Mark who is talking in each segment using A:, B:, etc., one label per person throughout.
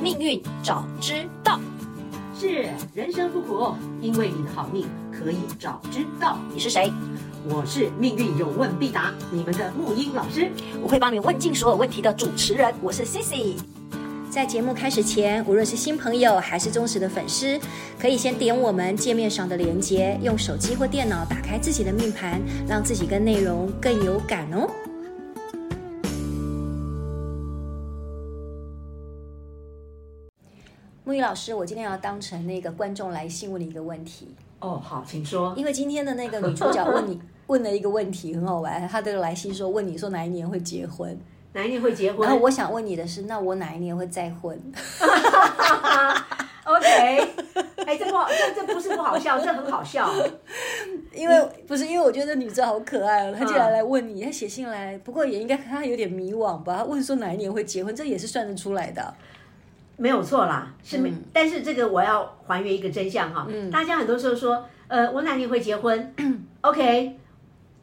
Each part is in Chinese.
A: 命运早知道。
B: 是人生不苦，因为你的好命可以早知道。
A: 你是谁？
B: 我是命运有问必答，你们的木英老师。
A: 我会帮你问尽所有问题的主持人。我是 Cici。
C: 在节目开始前，无论是新朋友还是忠实的粉丝，可以先点我们界面上的连接，用手机或电脑打开自己的命盘，让自己跟内容更有感哦。木鱼老师，我今天要当成那个观众来信问你一个问题，
B: 哦，好，请说。
C: 因为今天的那个女 主角问你问了一个问题，很好玩。她的来信说问你说哪一年会结婚，
B: 哪一年会结婚
C: 然后我想问你的是，那我哪一年会再婚？
B: ？OK，哎，这不好，这这不是不好 笑，这很好笑。
C: 因为不是因为我觉得女主好可爱哦，她
B: 嗯
C: 竟然来问你，她写信来，不过也应该她有点迷惘吧？她问说哪一年会结婚，这也是算得出来的。
B: 没有错啦，是没，但是这个我要还原一个真相哈、大家很多时候说，呃，我哪年会结 婚？OK，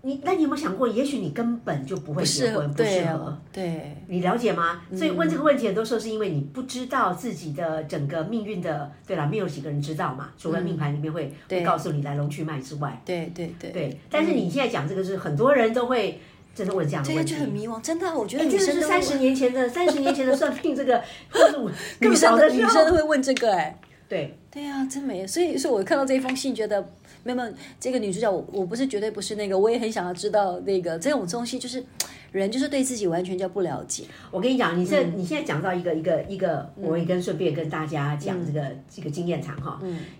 B: 你那你有没有想过，也许你根本就不会结婚，不
C: 对
B: 适合啊
C: 哦。，对，
B: 你了解吗？
C: 嗯
B: 所以问这个问题，很多时候是因为你不知道自己的整个命运的。对啦，没有几个人知道嘛，除了
C: 嗯
B: 命盘里面会、会告诉你来龙去脉之外，
C: 对对对对，
B: 对。但是你现在讲这个是很多人都会真的问这样的
C: 她
B: 问
C: 就
B: 题。
C: 很迷惘，真的啊，我觉得女
B: 哎这
C: 生
B: 是
C: 都
B: 三十年前的，三十年前的算命这个，或者我
C: 女生
B: 早
C: 的
B: 的时
C: 女
B: 候
C: 生都会问这个哎、
B: 对，
C: 对啊，真没有，所以所以我看到这封信，觉得没有没有这个女主角，我我不是绝对不是那个，我也很想要知道那个这种东西，就是人就是对自己完全叫不了解，
B: 我跟你讲，你这、
C: 嗯
B: 你现在讲到一个一个一个，我也跟顺便跟大家讲这个、
C: 嗯
B: 这个经验谈哈，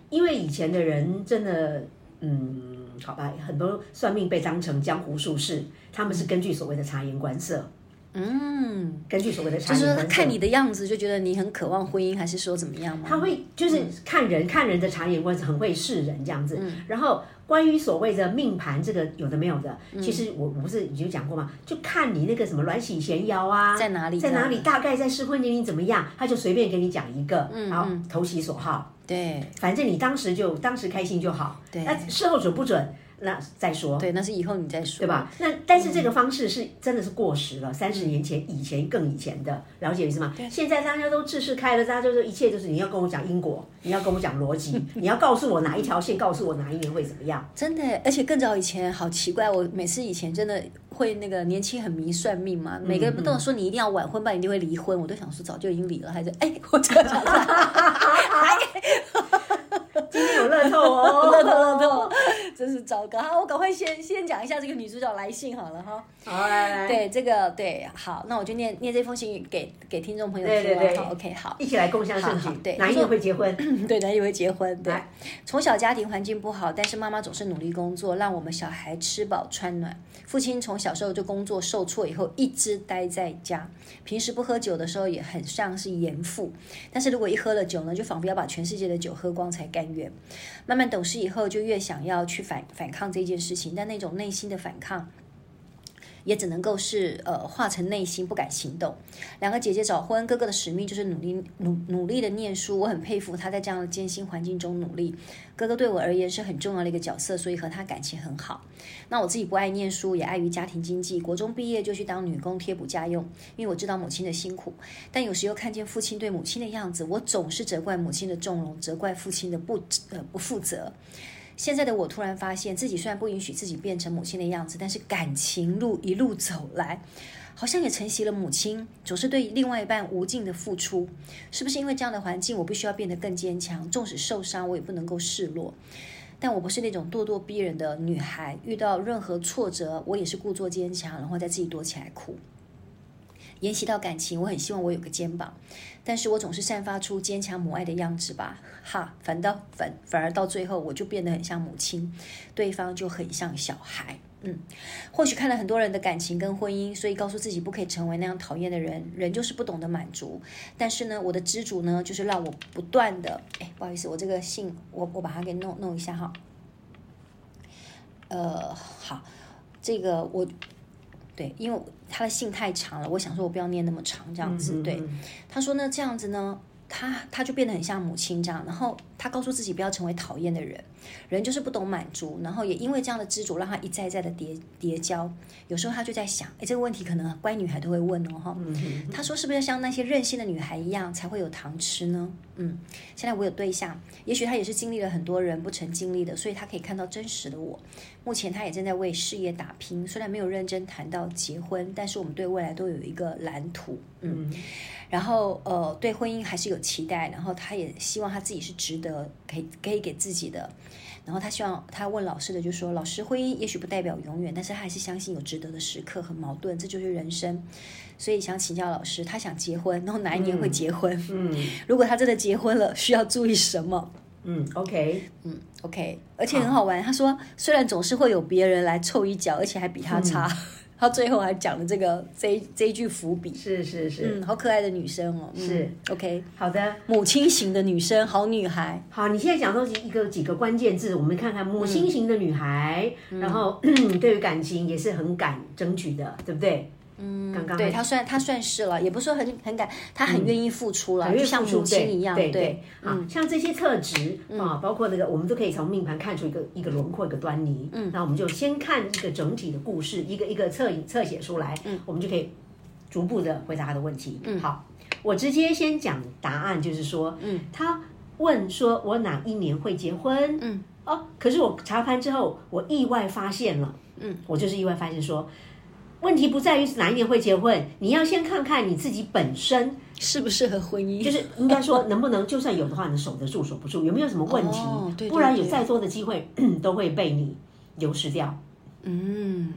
B: 因为以前的人真的，嗯，好吧，很多算命被当成江湖术士，他们是根据所谓的察言观色，
C: 嗯，
B: 根据所谓的察
C: 就
B: 言
C: 是
B: 观色，
C: 看你的嗯样子就觉得你很渴望婚姻，还是说怎么样吗？
B: 他会就是看人、看人的察言观色，很会识人这样
C: 嗯
B: 子。然后关于所谓的命盘这个有的没有的，
C: 嗯
B: 其实我我不是已经讲过吗？就看你那个什么鸾喜闲爻啊，
C: 在哪里
B: 在哪里，
C: 这
B: 大概在适婚年龄怎么样，他就随便给你讲一个，
C: 嗯
B: 然后投其所好，
C: 对
B: 反正你当时就当时开心就好。对那事后准不准，那再说。
C: 对，那是以后你再说，
B: 对吧？？那但是这个方式是真的是过时
C: 嗯
B: 了，三十年前、以前更以前的，了解意思吗？现在大家都知识开了，大家就说一切就是你要跟我讲 因果，你要跟我讲逻辑，你要告诉我哪一条线，告诉我哪一年会怎么 样。
C: 真的，而且更早以前好奇怪，我每次以前真的会那个年轻很迷算命嘛，
B: 嗯
C: 每个人不都说你一定要晚婚，不然你一定会离婚，我都想说早就已经离了，还是哎，我这样 讲出来
B: 今天有乐透哦，
C: 乐透乐透， 真是糟糕！好，我赶快先先讲一下这个女主角来信好了哈。
B: 好来来，
C: 对，这个对，好，那我就念念这封信给给听众朋友
B: 对
C: 听
B: 对
C: 完
B: 对
C: 好，OK，好。
B: 一起来共襄盛举
C: 好好。对
B: 哪一年会结婚？
C: 对，男以为结婚。对
B: 来，
C: 从小家庭环境不好，但是妈妈总是努力工作，让我们小孩吃饱穿暖。父亲从小时候就工作受挫，以后一直待在家，平时不喝酒的时候也很像是严父，但是如果一喝了酒呢，就仿佛要把全世界的酒喝光才甘愿。慢慢懂事以后，就越想要去反反抗这件事情，但那种内心的反抗。也只能够是呃化成内心，不敢行动。两个姐姐早婚，哥哥的使命就是努力努努力的念书。我很佩服他在这样的艰辛环境中努力。哥哥对我而言是很重要的一个角色，所以和他感情很好。那我自己不爱念书，也碍于家庭经济，国中毕业就去当女工贴补家用，因为我知道母亲的辛苦。但有时又看见父亲对母亲的样子，我总是责怪母亲的纵容，责怪父亲的不呃不负责。现在的我突然发现自己虽然不允许自己变成母亲的样子，但是感情路一路走来，好像也承袭了母亲总是对另外一半无尽的付出。是不是因为这样的环境，我必须要变得更坚强，纵使受伤，我也不能够示弱。但我不是那种咄咄逼人的女孩，遇到任何挫折，我也是故作坚强，然后再自己躲起来哭。沿袭到感情，我很希望我有个肩膀，但是我总是散发出坚强母爱的样子吧，哈，反倒反反而到最后，我就变得很像母亲，对方就很像小孩。嗯，或许看了很多人的感情跟婚姻，所以告诉自己不可以成为那样讨厌的人。人就是不懂得满足，但是呢，我的知足呢，就是让我不断的，哎，不好意思，我这个信我我把它给弄弄一下哈。呃，好，这个我对，因为他的信太长了，我想说我不要念那么长这样
B: 嗯
C: 子。对，他说呢，这样子呢，他他就变得很像母亲这样，然后他告诉自己不要成为讨厌的人，人就是不懂满足，然后也因为这样的知足，让他一再一再的叠叠交。有时候他就在想，哎，这个问题可能乖女孩都会问哦，哈。他说是不是像那些任性的女孩一样才会有糖吃呢？嗯，现在我有对象，也许他也是经历了很多人不曾经历的，所以他可以看到真实的我。目前他也正在为事业打拼，虽然没有认真谈到结婚，但是我们对未来都有一个蓝图。嗯，然后呃，对婚姻还是有期待，然后他也希望他自己是值得，可以可以给自己的。然后他希望他问老师的就说，老师婚姻也许不代表永远，但是他还是相信有值得的时刻和矛盾，这就是人生。所以想请教老师，他想结婚，然后哪一年会结婚？嗯， 如果他真的结婚了，需要注意什么？
B: 嗯，OK，
C: 嗯，OK，而且很好玩。他说，虽然总是会有别人来凑一脚，而且还比他差，
B: 嗯
C: 他最后还讲了这个这一这一句伏笔。
B: 是是是，
C: 嗯，好可爱的女生哦。嗯、
B: 是
C: OK，
B: 好的。
C: 母亲型的女生，好女孩。
B: 好，你现在讲到一个几个关键字，我们看看母亲型的女孩，然后 对于感情也是很敢争取的，对不对？嗯，刚刚
C: 对她算她算是了，也不是说很很感，她嗯很愿意付出了，
B: 因
C: 就
B: 为
C: 像
B: 付出
C: 母亲一样。
B: 对
C: 对，
B: 啊，像这些特质啊，包括那个，我们都可以从命盘看出一个一个轮廓，一个端倪。嗯，那我们就先看一个整体的故事，一个一个侧影侧写出来，嗯，我们就可以逐步的回答他的问题。嗯，好，我直接先讲答案，就是说，嗯，他问说我哪一年会结婚？嗯，哦，可是我查盘之后，我意外发现了，嗯，我就是意外发现说。问题不在于哪一年会结婚，你要先看看你自己本身
C: 适不适合婚姻？
B: 就是应该说，能不能就算有的话，能守得住，守不住，有没有什么问题？
C: 哦对对
B: 不然有
C: 对
B: 再多的机会嗯都会被你流失掉，
C: 嗯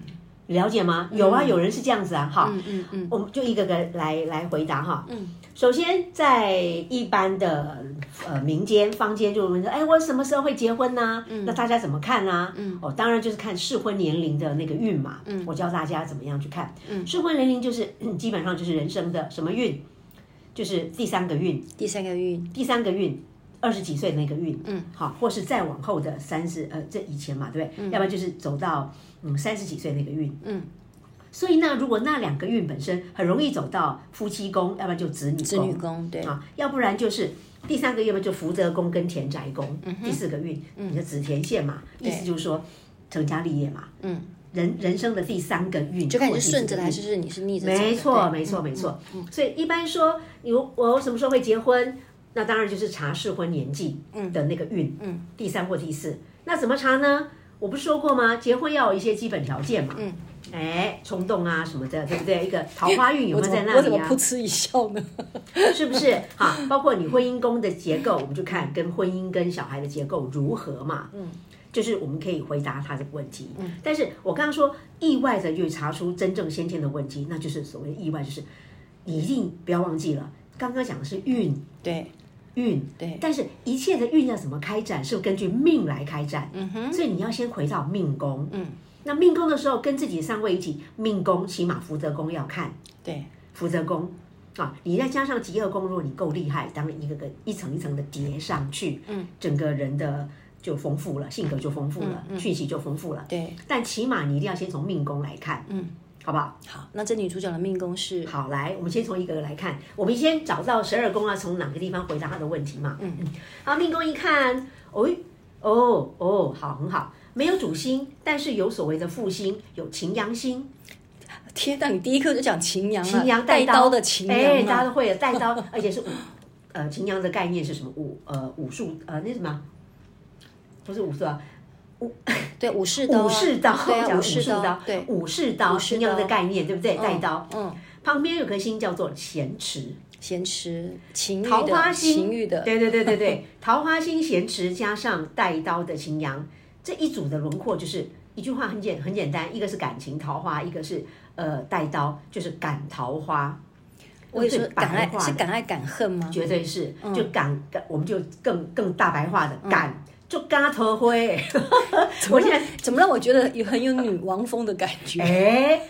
B: 了解吗？有啊，有人是这样子啊，哈，
C: 嗯嗯嗯，
B: 我们就一个个来来回答哈。嗯，首先在一般的呃民间坊间就有人说，哎，我什么时候会结婚呢、那大家怎么看呢、嗯，哦，当然就是看适婚年龄的那个运嘛。嗯，我教大家怎么样去看。嗯，适婚年龄就是嗯基本上就是人生的什么运，就是第三个运。
C: 第三个孕，
B: 第三个运，二十几岁那个运，嗯，好，或是再往后的三十，呃，这以前嘛，对不
C: 嗯
B: 对？要不然就是走到嗯三十几岁那个运，嗯。所以呢，如果那两个运本身很容易走到夫妻宫，要不然就子女宫，
C: 子女宫对
B: 啊，要不然就是第三个月嘛，就福德宫跟田宅宫，
C: 嗯
B: 第四个运，你的子田线嘛，意思就是说成家立业嘛，嗯，人人生的第三个运，
C: 就看你
B: 或
C: 是
B: 第四
C: 顺着
B: 个
C: 的
B: 运
C: 还是是你是逆着走的。
B: 没错，
C: 对嗯
B: 没错，没错。所以一般说，你我我什么时候会结婚？那当然就是查适婚年纪的那个运，嗯，第三或第四。那怎么查呢？我不是说过吗？结婚要有一些基本条件嘛，嗯，哎，冲动啊什么的，对不对？一个桃花运有
C: 我
B: 没有
C: 怎
B: 在
C: 么
B: 那
C: 我怎
B: 里
C: 么
B: 啊
C: 噗？嗤一笑呢？
B: 是不是？好，包括你婚姻宫的结构，我们就看跟婚姻跟小孩的结构如何嘛。嗯，就是我们可以回答他这个问题。嗯，但是我刚刚说意外的就查出真正先天的问题，那就是所谓的意外，就是你一定不要忘记了，刚刚讲的是运
C: 对，
B: 运。
C: 对
B: 但是一切的运要怎么开展，是根据命来开展。嗯哼，所以你要先回到命宫。嗯，那命宫的时候跟自己上位一起，命宫起码福德宫要看。
C: 对，
B: 福泽宫啊，你再加上极恶宫，如果你够厉害，当然一个个一层一层的叠上去，嗯，整个人的就丰富了，性格就丰富了，讯息就丰富了。
C: 对，
B: 但起码你一定要先从命宫来看，嗯，好不好？
C: 好，那这女主角的命宫是
B: 好，来，我们先从一个个来看，我们先找到十二宫啊，从哪个地方回答他的问题嘛？嗯嗯。好，命宫一看，哦哦哦，好，很好，没有主星，但是有所谓的副星，有擎羊星，
C: 天呐，你第一课就讲秦阳啊，
B: 秦阳
C: 带
B: 刀
C: 的秦
B: 哎，
C: 阳
B: 大家
C: 啊，
B: 都会有带刀，而且是武， 呃，秦阳的概念是什么？武呃武术呃那什么，不是武术啊，
C: 对，武士刀啊，
B: 武士刀，
C: 对啊，
B: 讲
C: 武
B: 武
C: 士
B: 士刀，
C: 对，
B: 武士刀，
C: 士
B: 秦阳的
C: 刀
B: 概念对不对？
C: 嗯
B: 带刀，
C: 嗯，
B: 旁边有颗星叫做咸池，
C: 咸池情欲
B: 桃花
C: 的
B: 星，
C: 情欲的，
B: 对对对对对， 桃花星咸池加上带刀的秦阳，这一组的轮廓就是一句话很简很简单，一个是感情桃花，一个是呃带刀，就是赶桃花。
C: 我也说
B: 哦最白
C: 敢爱
B: 话
C: 是
B: 的
C: 敢爱敢恨吗？嗯
B: 绝对是，就赶，赶我们就更更大白话的赶，就嘎头灰。我现在
C: 怎么让我觉得有很有女王风的感 觉？
B: 哎，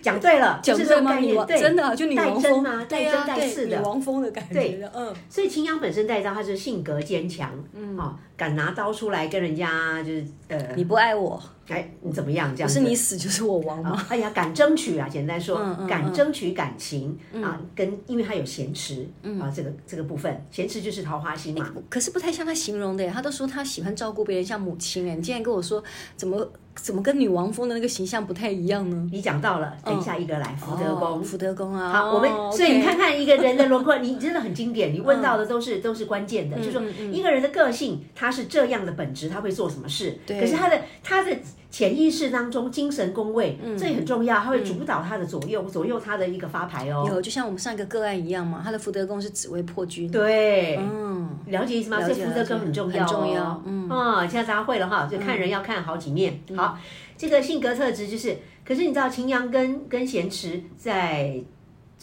B: 讲对了，
C: 讲
B: 就
C: 对
B: 是这种
C: 吗？
B: 概
C: 女
B: 念
C: 王
B: 对，
C: 真的啊，就女
B: 带
C: 王
B: 针
C: 风
B: 嘛，带
C: 对
B: 针
C: 啊，
B: 带刺
C: 对，女
B: 的。
C: 王风的感觉的，嗯，
B: 所以秦阳本身带刀，他是性格坚强，嗯，哦，敢拿刀出来跟人家就是呃，
C: 你不爱我，
B: 哎，你怎么样？这样
C: 不
B: 子
C: 是你死就是我亡吗？
B: 哎呀，敢争取啊！简单说，
C: 嗯嗯
B: 敢争取感情、啊，跟因为它有咸池、啊，这个这个部分，咸池就是桃花心嘛。
C: 可是不太像他形容的耶，他都说他喜欢照顾别人，像母亲哎，你竟然跟我说怎么怎么跟女王蜂的那个形象不太一样呢？
B: 你讲到了，等一下一个来，福德宫。
C: 哦福德宫啊，
B: 好，
C: 哦
B: 我们、所以你
C: OK
B: 看看一个人的轮廓，你真的很经典，你问到的都是、都是关键的，就是说嗯一个人的个性，他是这样的本质，他会做什么事，
C: 对
B: 可是他的他的潜意识当中精神宫位，这也很重要，他会主导他的左右、左右他的一个发牌哦。
C: 有，就像我们上一个个案一样嘛，他的福德宫是紫薇破军，
B: 对，
C: 嗯，
B: 了解意思吗？
C: 了
B: 所
C: 解
B: 以福德宫很重要、哦，
C: 很重要嗯
B: 哦，现在大家会了哈，就看人要看好几面。好，这个性格特质就是，可是你知道秦阳跟跟咸池在，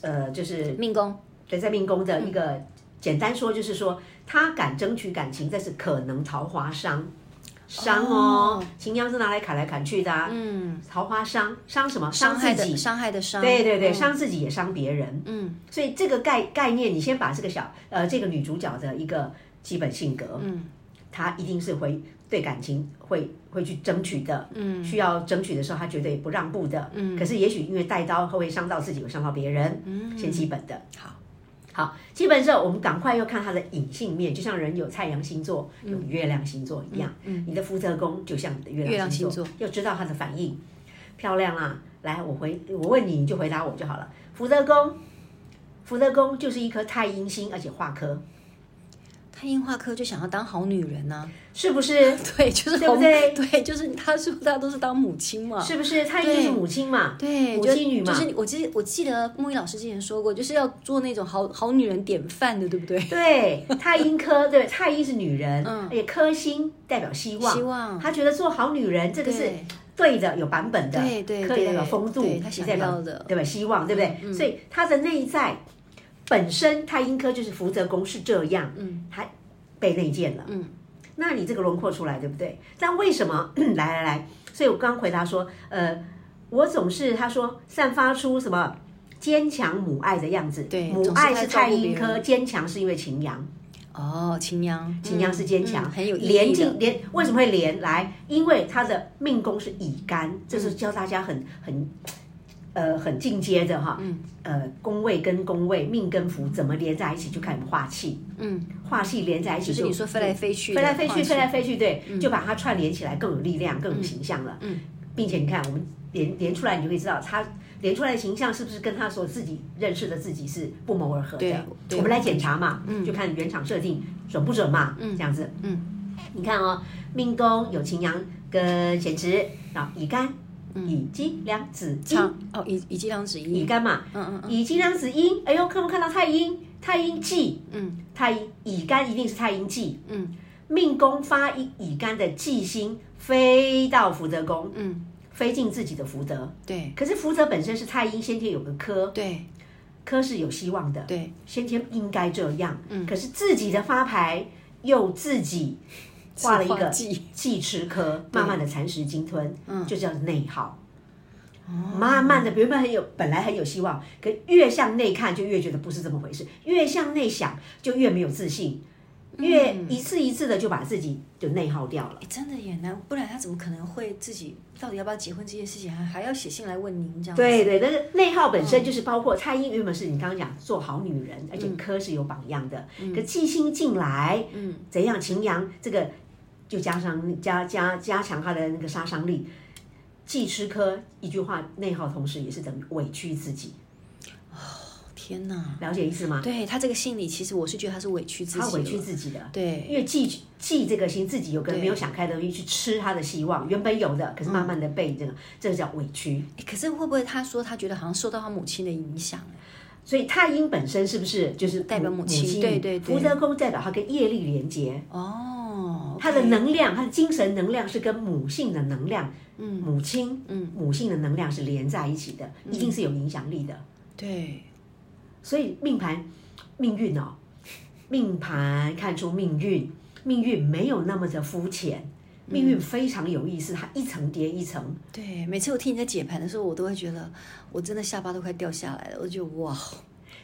B: 呃，就是
C: 命宫，
B: 对，在命宫的
C: 嗯
B: 一个、简单说就是说，他敢争取感情，但是可能桃花伤。伤哦
C: 哦，
B: 秦阳是拿来砍来砍去的、啊，
C: 嗯，
B: 桃花伤伤什么？
C: 伤害
B: 自己
C: 的，伤害的伤，
B: 对对对，
C: 嗯
B: 伤自己也伤别人。
C: 嗯，
B: 所以这个概概念，你先把这个小呃这个女主角的一个基本性格，嗯，她一定是会对感情会会去争取的，嗯，需要争取的时候，她绝对不让步的，嗯。可是也许因为带刀会伤到自己，会伤到别人，嗯，先基本的。
C: 好，
B: 好，基本上我们赶快又看它的隐性面，就像人有太阳星座、有月亮星座一样，你的福德宫就像你的嗯月
C: 月
B: 亮
C: 亮
B: 星
C: 星
B: 座，要知道它的反应，漂亮啊！来，我回我问你，你就回答我就好了。福德宫，福德宫就是一颗太阴星，而且化科，
C: 他樱花科就想要当好女人呐、
B: 是不是？
C: 对，就是
B: 对不
C: 红
B: 对
C: 对，就是他说他都是当母亲嘛，
B: 是不是？太阴就是母亲嘛，
C: 对，
B: 母
C: 就
B: 亲女嘛
C: 就。是我记我记得木易老师之前说过，就是要做那种好好女人典范的，对不对？
B: 对，嗯太阴科对，太阴是女人，而且科星代表希望，
C: 希望
B: 她觉得做好女人这个是
C: 对
B: 对的，有版本的，
C: 对对
B: 可以代表
C: 对
B: 风度，
C: 对他想
B: 代表
C: 要的嗯
B: 对吧？希望，对不对？所以他的内在本身，太阴科就是福泽宫是这样，嗯，他被内建了，嗯，那你这个轮廓出来，对不对？但为什么？ 来来来，所以我刚刚回答说，呃，我总是他说散发出什么坚强母爱的样子，
C: 对
B: 母
C: 总是
B: 爱
C: 在
B: 是
C: 照顾
B: 太阴
C: 别
B: 科，
C: 人
B: 坚强是因为擎羊。
C: 哦，秦阳，
B: 擎羊是坚强，
C: 嗯很有意义
B: 连
C: 的
B: 进连为什么会连来？因为他的命宫是乙干，这是教大家很很。呃，很进阶的哈，嗯，呃，宫位跟宫位，命跟福怎么连在一起，就看你们化气，嗯，化气连在一起
C: 就是
B: 就
C: 你说飞来飞去的
B: 飞来飞
C: 话
B: 去，
C: 题
B: 飞来飞去，对，就把它串联起来，更有力量，更有形象了，嗯，并且你看，我们连连出来，你就会知道它连出来的形象是不是跟他所自己认识的自己是不谋而合的
C: 对。对
B: 我们来检查嘛，就看原厂设定准不准嘛，这样子，嗯，你看哦，命宫有擎羊跟咸池，然后乙干、乙鸡、两子金，
C: 唱哦，以以及两指
B: 乙
C: 一，
B: 干嘛，
C: 嗯嗯
B: 乙金两子阴，哎呦，看不看到太阴？太阴忌，嗯，太阴乙干一定是太阴忌，嗯，命宫发乙乙干的忌星飞到福德宫，嗯，飞进自己的福德。
C: 嗯，对
B: 可是福德本身是太阴，先天有个科，
C: 对
B: 科是有希望的，
C: 对，
B: 先天应该这样。嗯，可是自己的发牌又自己画了一
C: 自画
B: 个
C: 记
B: 气吃科，慢慢的蚕食鲸吞，嗯，就叫内耗。慢慢的，原本很有，本来很有希望，可越向内看就越觉得不是这么回事，越向内想就越没有自信，越一次一次的就把自己就内耗掉了。
C: 诶哎真的也难，不然他怎么可能会自己到底要不要结婚这件事情，还还要写信来问您这样？嗯
B: 对，对，但是内耗本身就是包括蔡英原本是你刚刚讲做好女人，而且科是有榜样的，
C: 嗯
B: 可寄心进来，嗯，怎样秦阳这个就加上加加加强他的那个杀伤力。既吃科一句话内耗，同时也是等于委屈自己，
C: 哦天哪！
B: 了解意思吗？
C: 对他这个信里，其实我是觉得他是嗯委屈自己，
B: 他委屈自己的，
C: 对，
B: 因为记记这个心，自己有个没有想开的东西去吃他的希望，原本有的，可是慢慢的被这个，这个叫委屈。
C: 诶哎可是会不会他说他觉得好像受到他母亲的影响？
B: 所以太阴本身是不是就是代
C: 表母亲对对对
B: 福德宫代表他跟业力连接，
C: 哦，
B: 他的能量，他的精神能量是跟母性的能量，嗯，母亲，嗯，母性的能量是连在一起的，
C: 嗯
B: 一定是有影响力的。
C: 对，
B: 所以命盘命运哦，命盘看出命运，命运没有那么的肤浅，
C: 嗯
B: 命运非常有意思，它一层叠一层。
C: 对，每次我听你在解盘的时候，我都会觉得我真的下巴都快掉下来了。我就觉得哇，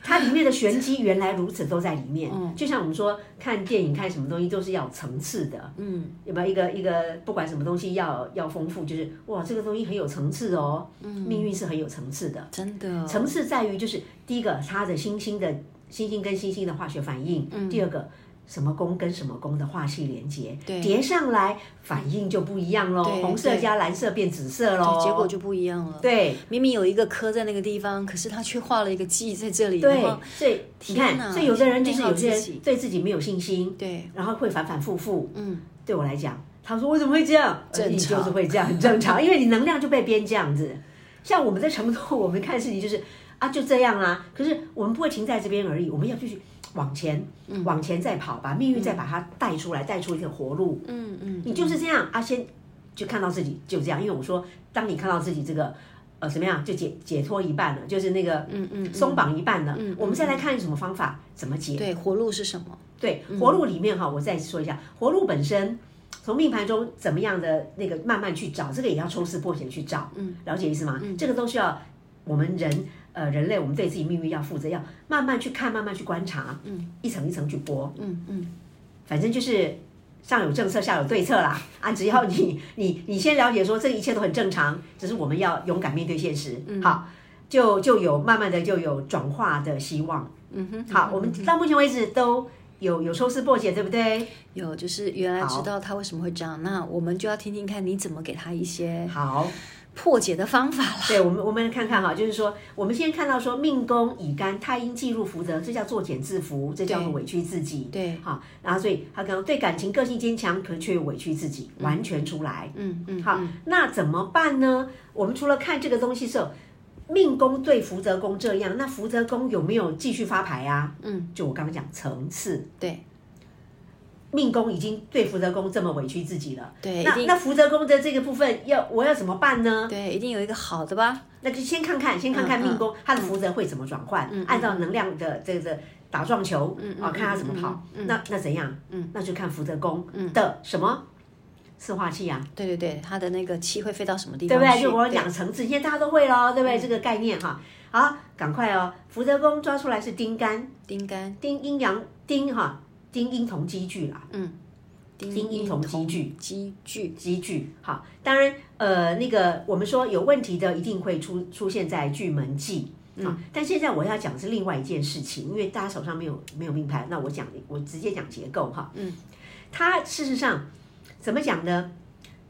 B: 它里面的玄机原来如此都在里面。
C: 嗯
B: 就像我们说看电影、看什么东西都是要有层次的，嗯，有没有一个一个不管什么东西要要丰富，就是哇，这个东西很有层次哦，
C: 嗯
B: 命运是很有层次的。
C: 真的
B: 层次在于就是第一个，它的星星的星星跟星星的化学反应；
C: 嗯
B: 第二个，什么宫跟什么宫的化系连接，叠上来反应就不一样喽，
C: 对
B: 红色加蓝色变紫色喽，
C: 结果就不一样了。
B: 哦对
C: 明明有一个科在那个地方，可是他却画了一个记在这里，然
B: 对
C: 后，
B: 所以你
C: 天哪
B: 看，所以有的人就是有些
C: 内耗自己
B: 人对自己没有信心，
C: 对，
B: 然后会反反复复。
C: 嗯，
B: 对我来讲，他说为什么会这样？
C: 正常
B: 你就是会这样，很 正常，因为你能量就被编这样子。像我们在成都，我们看事情就是啊，就这样啦、可是我们不会停在这边而已，我们要继续往前，
C: 嗯
B: 往前再跑，把命运再把它带出来，带出一条活路。
C: 嗯嗯，
B: 你就是这样啊，先就看到自己就这样，因为我说，当你看到自己这个呃怎么样，就解解脱一半了，就是那个嗯嗯松绑一半了，我们再来看什么方法怎么解。
C: 对，活路是什么？
B: 对，活路里面哈，我再说一下，活路本身从命盘中怎么样的那个慢慢去找，这个也要抽丝剥茧去找，嗯，了解意思吗？这个都需要我们人呃人类，我们对自己命运要负责，要慢慢去看，慢慢去观察，嗯，一层一层去剥，
C: 嗯嗯，
B: 反正就是。上有政策，下有对策啦！ 啊，只要你你你先了解说这一切都很正常，只是我们要勇敢面对现实。好，就就有慢慢的就有转化的希望。嗯哼，好，我们到目前为止都有有抽丝剥茧，对不对？
C: 有就是原来知道他为什么会这样，那我们就要听听看你怎么给他一些
B: 嗯好，
C: 破解的方法了。
B: 对我们我们看看哈，就是说我们先看到说命宫乙干太阴记入福德，这叫作茧自缚，这叫做委屈自己。
C: 对
B: 好，然后所以他刚刚对感情个性坚强，可却委屈自己，完全出来。
C: 嗯嗯，
B: 好，啊那怎么办呢？我们除了看这个东西的时候，命宫对福泽宫这样，那福泽宫有没有继续发牌啊？嗯，就我刚刚讲层次，
C: 对
B: 命宫已经对福泽宫这么委屈自己了，
C: 对，一
B: 那
C: 定
B: 那福泽宫的这个部分要我要怎么办呢？
C: 对，一定有一个好的吧？
B: 那就先看看，先看看
C: 嗯
B: 命宫、它的福泽会怎么转换，按照能量的这个打撞球，嗯
C: 嗯
B: 哦，看它怎么跑，
C: 嗯嗯
B: 那那怎样？嗯，那就看福泽宫的什么四化气啊，
C: 对对对，他的那个气会飞到什么地
B: 对
C: 方
B: 不
C: 去？
B: 对？就我讲层次，现在大家都会喽，对不对？这个概念哈，好，赶快哦，福德宫抓出来是丁干，
C: 丁干、
B: 丁阴阳丁哈，丁阴同积聚啦，丁阴同积聚。
C: 积聚，
B: 积聚好，当然，呃，那个我们说有问题的一定会出出现在巨门忌啊、但现在我要讲是另外一件事情，因为大家手上没有没有命盘，那我讲我直接讲结构哈，嗯，它事实上怎么讲呢？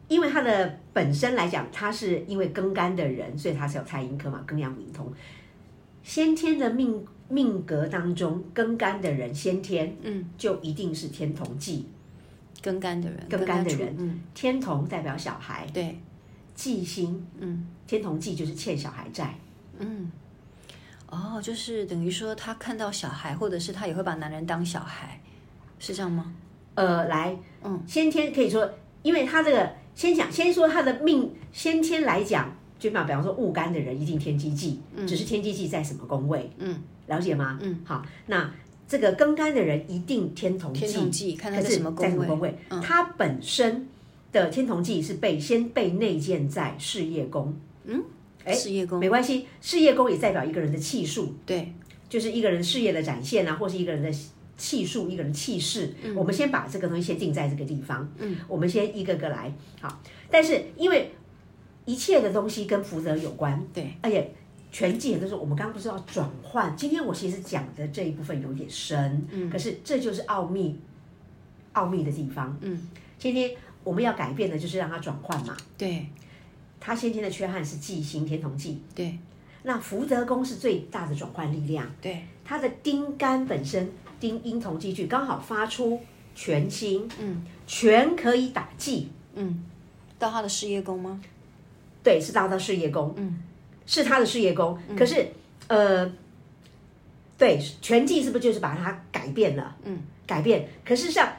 B: 因为它的本身来讲，它是因为庚干的人，所以它是有太阴科嘛，庚阳五阴通，先天的命命格当中，庚干的人先天，嗯，就一定是天同忌，
C: 庚干的人，
B: 庚干的人
C: 出嗯，
B: 天同代表小孩。
C: 对，
B: 忌星，嗯，天同忌就是欠小孩债，
C: 哦，就是等于说他看到小孩，或者是他也会把男人当小孩，是这样吗？
B: 呃，来，嗯，先天可以说，因为他这个先讲，先说他的命，先天来讲，就嘛，比方说戊干的人一定天机忌，
C: 嗯
B: 只是天机忌在什么宫位，嗯，了解吗？嗯，好，那这个庚干的人一定天同忌，
C: 天同忌看他
B: 可
C: 在
B: 是
C: 什么
B: 在
C: 宫位，嗯
B: 位，他本身的天同忌是被先被内建在事业宫，哎
C: 事业宫，
B: 没关系，事业宫也代表一个人的气数。
C: 对，
B: 就是一个人事业的展现啊，或是一个人的气数、一个人气势。我们先把这个东西先定在这个地方，嗯，我们先一个个来。好，但是因为一切的东西跟福泽有关，
C: 对，
B: 而且全季也都是我们刚刚不是要转换。今天我其实讲的这一部分有点深，嗯，可是这就是奥秘，奥秘的地方，嗯，今天我们要改变的就是让它转换嘛。
C: 对，
B: 它先天的缺憾是忌星天同忌，
C: 对，
B: 那福德宫是最大的转换力量。
C: 对，
B: 它的丁干本身丁阴同积聚，刚好发出全星，嗯，全可以打忌，
C: 到他的事业宫吗？
B: 对，是他的事业宫，嗯，是他的事业宫。可是，呃，对，全忌是不是就是把它改变了？嗯，改变。可是像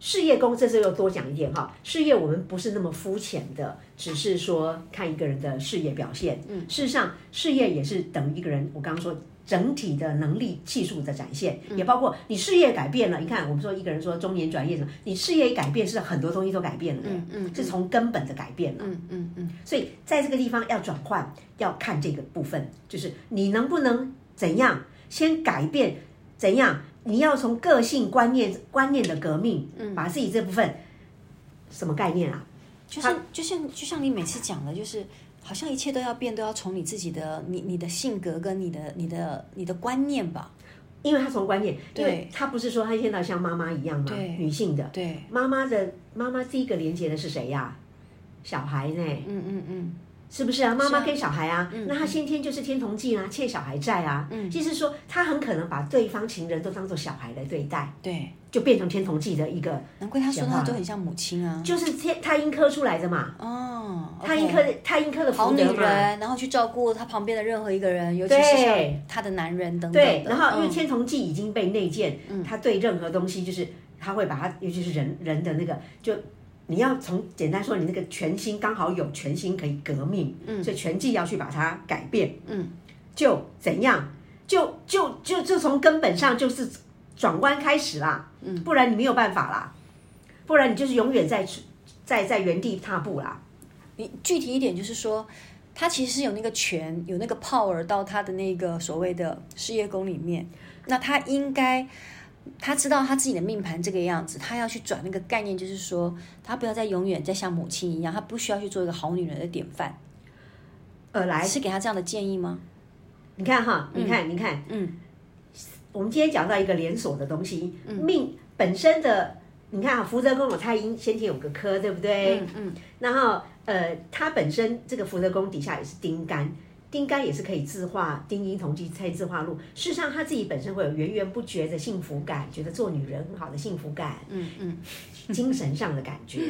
B: 事业宫，这次又多讲一点哈，事业我们不是那么肤浅的，只是说看一个人的事业表现。嗯，事实上，事业也是等于一个人，我刚刚说。整体的能力、技术的展现，也包括你事业改变了。你看，我们说一个人说中年转业什么，你事业一改变是很多东西都改变了的，嗯嗯，是从根本的改变了。
C: 嗯嗯嗯，
B: 所以在这个地方要转换，要看这个部分，就是你能不能怎样先改变怎样？你要从个性观念观念的革命，把自己这部分什么概念啊？
C: 就是就像就像你每次讲的，就是好像一切都要变，都要从你自己的你你的性格跟你的你的你的观念吧。
B: 因为他从观念，因为
C: 对
B: 他不是说他现在像妈妈一样吗？
C: 对
B: 女性的
C: 对，
B: 妈妈的妈妈第一个连接的是谁呀、小孩呢？
C: 嗯嗯嗯，
B: 是不是啊？妈妈跟小孩啊，那他先天就是天同忌啊，欠小孩债啊。嗯，就是说他很可能把对方情人都当做小孩来对待，
C: 对，
B: 就变成天同忌的一个，
C: 难怪他说他都很像母亲啊。
B: 就是天他因科出来的嘛，
C: 哦，
B: 啊他因科他因科的
C: 好
B: 福
C: 女
B: 德嘛。
C: 人，然后去照顾他旁边的任何一个人，尤其是像
B: 对
C: 他的男人等等
B: 对，
C: 的
B: 然后因为
C: 嗯
B: 天同忌已经被内建，他对任何东西就是他会把他，尤其是人人的那个，就你要从简单说，你那个全心刚好有全心可以革命，所以全忌要去把它改变，
C: 嗯
B: 就怎样，就就就就从根本上就是转弯开始啦，嗯，不然你没有办法啦，不然你就是永远在在在原地踏步啦，
C: 你具体一点就是说，他其实是有那个权，有那个 power 到他的那个所谓的事业宫里面。那他应该，他知道他自己的命盘这个样子，他要去转那个概念，就是说，他不要再永远再像母亲一样，他不需要去做一个好女人的典范。
B: 呃，来，
C: 是给他这样的建议吗？
B: 你看哈，你看，你看，
C: 嗯，
B: 我们今天讲到一个连锁的东西，命本身的，你看啊，福德宫有太阴，先天有个科，对不对？
C: 嗯嗯，
B: 然后呃，它本身这个福德宫底下也是丁干，丁干也是可以自化丁阴同济猜自化禄。事实上，他自己本身会有源源不绝的幸福感，觉得做女人很好的幸福感，嗯嗯，精神上的感觉。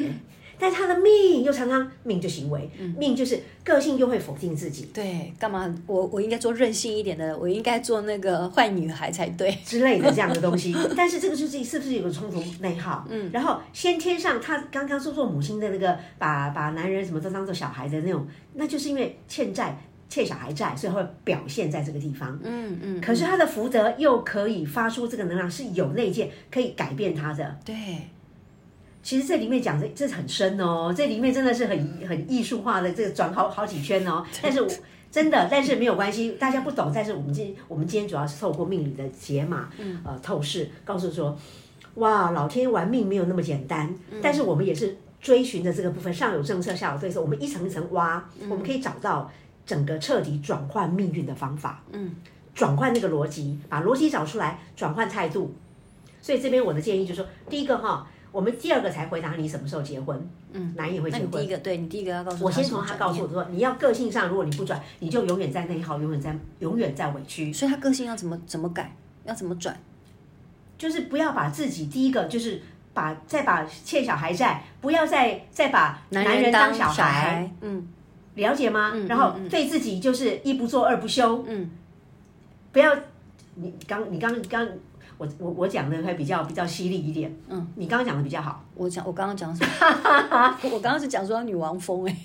B: 但他的命又常常命就行为，
C: 嗯
B: 命就是个性又会否定自己，
C: 对，干嘛？我我应该做任性一点的，我应该做那个坏女孩才对。
B: 之类的这样的东西。但是这个就是是不是有个冲突内耗？嗯，然后先天上他刚刚说做母亲的那个把把男人什么都当做小孩的那种，那就是因为欠债欠小孩债，所以会表现在这个地方。
C: 嗯嗯，
B: 可是他的福德又可以发出这个能量，是有内建可以改变他的。
C: 对，
B: 其实这里面讲的这很深哦，这里面真的是很很艺术化的，这个转好好几圈哦。但是我真的，但是没有关系，大家不懂。但是我们今我们今天主要是透过命理的解码，呃，透视告诉说，哇，老天玩命没有那么简单。
C: 嗯
B: 但是我们也是追寻的这个部分，上有政策，下有对策，我们一层一层挖，
C: 嗯
B: 我们可以找到整个彻底转换命运的方法。嗯，转换那个逻辑，把逻辑找出来，转换态度。所以这边我的建议就是说，第一个哈，我们第二个才回答你什么时候结婚，嗯，男也会
C: 那
B: 结
C: 你第
B: 婚
C: 一。个，对你第一个要告诉
B: 我先
C: 什么
B: 从他
C: 转
B: 告
C: 变
B: 诉我说，你要个性上，如果你不转，你就永远在内耗，永远在永远在委屈，
C: 所以他个性要怎么怎么改，要怎么转？
B: 就是不要把自己第一个就是把再把欠小孩债，不要再再把男人当
C: 当
B: 小孩，嗯
C: 孩，嗯，
B: 了解吗？然后对自己就是一不做二不休，
C: 嗯，
B: 不要你刚你刚刚我我我讲的会比较比较犀利一点，嗯，你刚刚讲的比较好。
C: 我讲我刚刚讲什么？ 我刚刚是讲说女王风哎、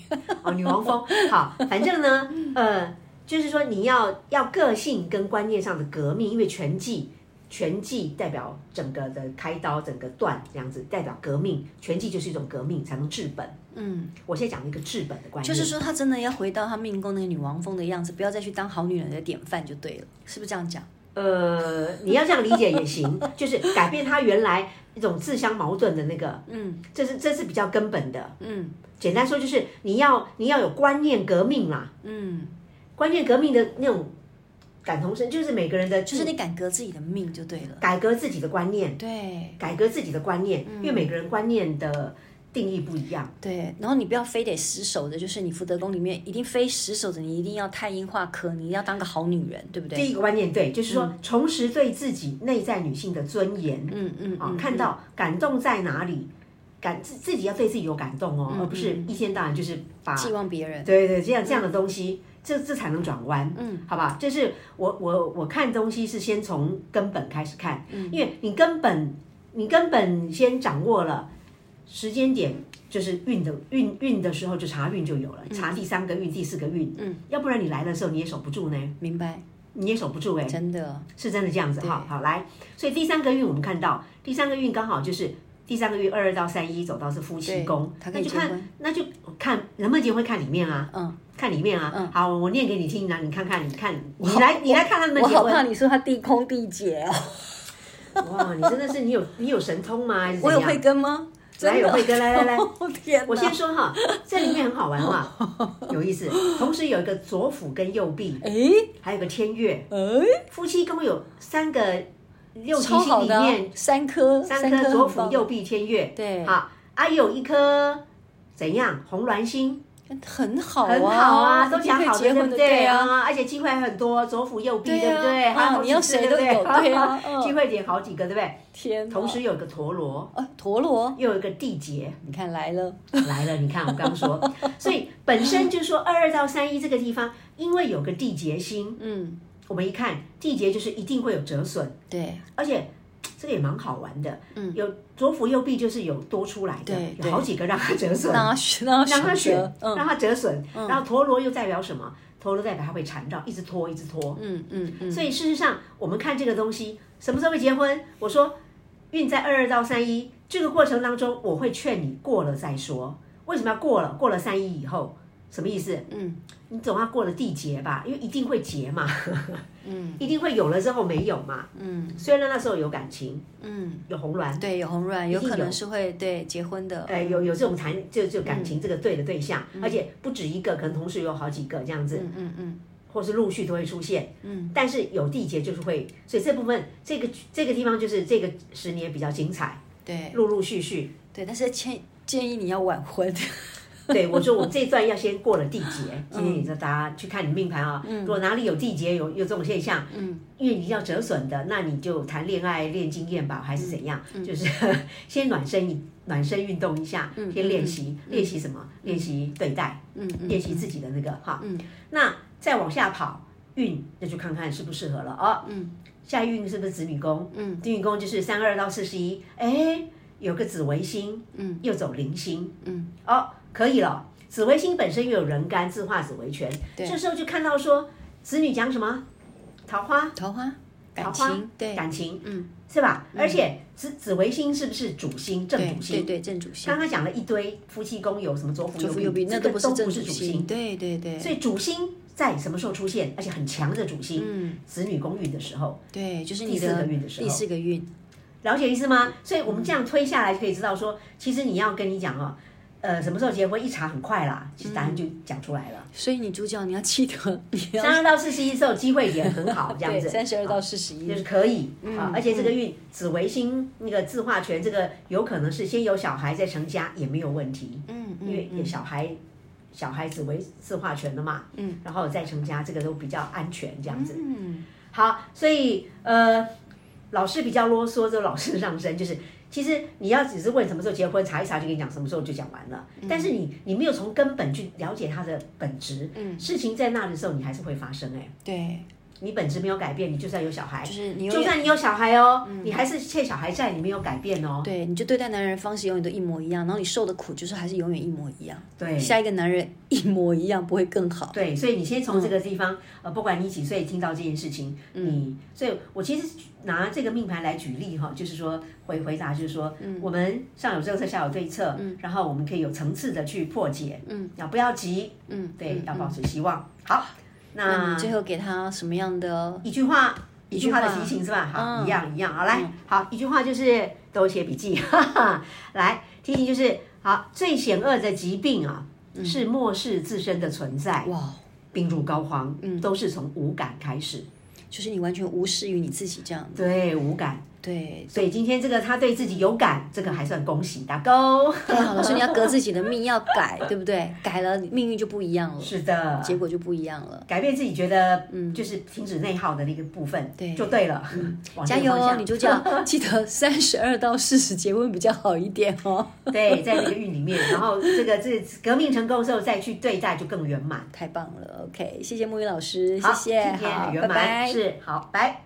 B: 哦，女王风。好，反正呢，呃，就是说你要要个性跟观念上的革命，因为全季全季代表整个的开刀，整个断这样子，代表革命，全季就是一种革命才能治本。嗯，我现在讲一个治本的观念，
C: 就是说她真的要回到她命宫那个女王风的样子，不要再去当好女人的典范就对了，是不是这样讲？
B: 呃，你要这样理解也行，就是改变他原来一种自相矛盾的那个，嗯，这是这是比较根本的，嗯，简单说就是你要你要有观念革命啦，
C: 嗯，
B: 观念革命的那种感同身，就是每个人的
C: 就是你敢革自己的命就对了。
B: 改革自己的观念，
C: 对
B: 改革自己的观念，
C: 嗯
B: 因为每个人观念的定义不一样。
C: 对，然后你不要非得死守着，就是你福德宫里面一定非死守着，你一定要太阴化科，你一定要当个好女人，对不对？
B: 第一个观念对，就是说重拾对自己内在女性的尊严，
C: 嗯嗯
B: 啊
C: 嗯，，
B: 看到感动在哪里，感自自己要对自己有感动
C: 嗯
B: 哦，而不是一天到晚就是把
C: 寄望别人。
B: 对对，这样这样的东西，这这才能转弯，嗯，好吧？这是我我我看东西是先从根本开始看，因为你根本你根本先掌握了时间点，就是运的运运的时候就查运就有了，查第三个运、第四个运，嗯，要不然你来的时候你也守不住呢，
C: 明白，
B: 你也守不住哎、
C: 真的，
B: 是真的这样子哈。好，来，所以第三个运我们看到第三个运刚好就是第三个月二二到三一走到是夫妻宫，
C: 他可
B: 那
C: 以
B: 就
C: 结
B: 看
C: 婚，
B: 那就看能不能结婚看里面啊，
C: 嗯，
B: 看里面啊，好，我念给你听啊，你看看，你看，你来，你来看他们
C: 我
B: 结
C: 好
B: 婚
C: 怕，你说他地空地劫哦，
B: 哇，你真的是你有你有神通吗？还是
C: 我
B: 怎
C: 有
B: 样？
C: 慧根吗？
B: 来
C: 真的
B: 有慧根，来来来，
C: 哦 天哪，
B: 我先说哈，这里面很好 玩哈，有意思。同时有一个左辅跟右臂，
C: 诶
B: 还有个天月，
C: 诶，
B: 夫妻宫有三个六
C: 哎超
B: 行星
C: 好
B: 里
C: 的啊
B: 面，
C: 三颗，
B: 三
C: 颗
B: 颗左
C: 很棒
B: 辅右臂天月，
C: 对
B: 好，啊有一颗怎样红鸾星，
C: 很好啊，
B: 很好啊，都
C: 已经
B: 讲
C: 可以
B: 好的
C: 结
B: 对
C: 婚
B: 不
C: 的，
B: 对
C: 啊。
B: 啊？而且机会还很多，左辅右臂
C: 对啊
B: 对不对？
C: 啊
B: 还好几
C: 你要
B: 次
C: 谁
B: 对不
C: 都有对 啊嗯
B: 机会点好几个对不对？
C: 天哪，
B: 同时有一个陀螺，
C: 啊，陀螺，
B: 又有一个地劫，
C: 你看来了，
B: 来了，你看我刚说，所以本身就说二二到三一这个地方，因为有个地劫星，
C: 嗯，
B: 我们一看地劫就是一定会有折损，
C: 对，
B: 而且这个也蛮好玩的，
C: 嗯
B: 有左辅右臂就是有多出来的
C: 对，
B: 有
C: 对
B: 好几个让它折损，
C: 让他选，让
B: 让它
C: 他
B: 选
C: 择，，嗯
B: 让它折损，然后陀螺又代表什么？陀螺代表它会缠绕，一直拖，一直拖。
C: 嗯嗯嗯，
B: 所以事实上，我们看这个东西什么时候会结婚，我说运在二二到三一这个过程当中，我会劝你过了再说。为什么要过了？过了三一以后，什么意思？
C: 嗯
B: 你总要过了地劫吧，因为一定会结嘛，
C: 嗯
B: 一定会有了之后没有嘛。
C: 嗯
B: 虽然那时候有感情，
C: 嗯，
B: 有红鸾，
C: 对，有红鸾，有
B: 一定
C: 可能
B: 有
C: 是会对结婚的，
B: 呃，有有这种谈就就感
C: 嗯
B: 情这个对的对象，而且不止一个，可能同时有好几个这样子。
C: 嗯嗯嗯，
B: 或是陆续都会出现，
C: 嗯，
B: 但是有地劫就是会，所以这部分这个这个地方就是这个十年比较精彩，
C: 对
B: 陆陆续续。
C: 对，但是建建议你要晚 婚，
B: 对我说，我这一段要先过了地 劫，
C: 嗯
B: 今天也叫大家去看你命盘啊、如果哪里有地劫，有有这种现象，嗯，因为你要折损的，那你就谈恋爱练经验吧，还是怎样？
C: 嗯
B: 就是 先暖身一暖身运动一下，先练习、练习什么？练习对待，
C: 嗯嗯，
B: 练习自己的那个哈。
C: 嗯，
B: 那再往下跑运，那就看看适不适合了哦。
C: 嗯，
B: 下一运是不是子女宫？
C: 嗯，
B: 子女宫就是三二到四十一，哎，有个紫微星，
C: 嗯，
B: 又走零星，
C: 嗯，
B: 哦，可以了。紫微星本身又有人干，自化紫微权，
C: 对
B: 这时候就看到说子女讲什么桃花。
C: 桃花，感
B: 桃花
C: 情，对，
B: 感情，
C: 嗯，
B: 是吧？而且紫紫微星是不是主星正
C: 对
B: 主
C: 对
B: 星？
C: 对，正主星
B: 刚，刚讲了一堆夫妻宫有什么左辅
C: 左
B: 右
C: 辅
B: 弼，
C: 右弼，那都
B: 这个
C: 不是
B: 都
C: 正
B: 不
C: 主
B: 是主星
C: 星，，对对对，
B: 所以主星在什么时候出现，而且很强的主星，
C: 嗯，
B: 子女宫运的时候，
C: 对，就是
B: 第
C: 你
B: 四个运的时候
C: 第四个运，
B: 了解意思吗？所以我们这样推下来，可以知道说，其实你要跟你讲哦，呃，什么时候结婚一查很快啦，其实答案就讲出来了。
C: 所以你主角你要记得，你要
B: 三二到四十一时候机会点很 好，这样子。
C: 三十二到 四十一嗯
B: 就，是可以啊，而且这个运紫微星那个自化权，这个有可能是先有小孩再成家也没有问题，
C: 嗯
B: 因为
C: 嗯
B: 有小孩小孩紫微自化权的嘛，嗯，然后再成家这个都比较安全这样子。
C: 嗯，
B: 好，所以呃，老师比较啰嗦，就老师上身，就是其实你要只是问什么时候结婚，查一查就跟你讲什么时候就讲完了。
C: 嗯
B: 但是你你没有从根本去了解它的本质，嗯，事情在那的时候，你还是会发生哎、
C: 对，
B: 你本质没有改变，你就算有小孩
C: 就，是嗯你
B: 就
C: 永远嗯
B: 算你有小孩哦，你还是欠小孩债，你没有改变哦。
C: 对，你就对待男人的方式永远都一模一样，然后你受的苦就是还是永远一模一样。
B: 对
C: 下一个男人 一模一样，不会更好。
B: 对，所以你先从
C: 嗯
B: 这个地方，呃，不管你几岁听到这件事情，你，所以我其实拿这个命盘来举例哈，就是说回回答，就是说，
C: 嗯
B: 我们上有政策，下有对策，然后我们可以有层次的去破解，嗯，要不要急，
C: 嗯，
B: 对，
C: 嗯
B: 要保持希望。好，
C: 那
B: 那
C: 你最后给他什么样的？
B: 一句话，一
C: 句
B: 句
C: 话
B: 话的提醒是吧？好，
C: 嗯
B: 一样一样，好来，好，一句话就是都有写笔记，哈哈， 来提醒就是，好，最险恶的疾病啊，是漠视自身的存在。
C: 嗯哇，
B: 病入膏肓，嗯，都是从无感开始。
C: 就是你完全无视于你自己这样的。
B: 对，无感。
C: 对，
B: 所以今天这个他对自己有感，这个还算恭喜打 勾。
C: 太好了，所以你要革自己的命，要改，对不对？改了，命运就不一样了，
B: 是的，
C: 结果就不一样了。
B: 改变自己觉得，嗯，就是停止内耗的那个部分，
C: 对
B: 就对了。 往这
C: 加
B: 个
C: 油
B: 方
C: 哦，
B: 向
C: 女主角， 记得三十二到四十结婚比较好一点哦。
B: 对，在那个运里面，然后这个这个革命成功之后再去对待，就更圆满。
C: 太棒了，OK，谢谢木鱼老师，谢
B: 好
C: 谢，
B: 今天
C: 好，拜
B: 很圆满
C: 拜。
B: 是好，拜。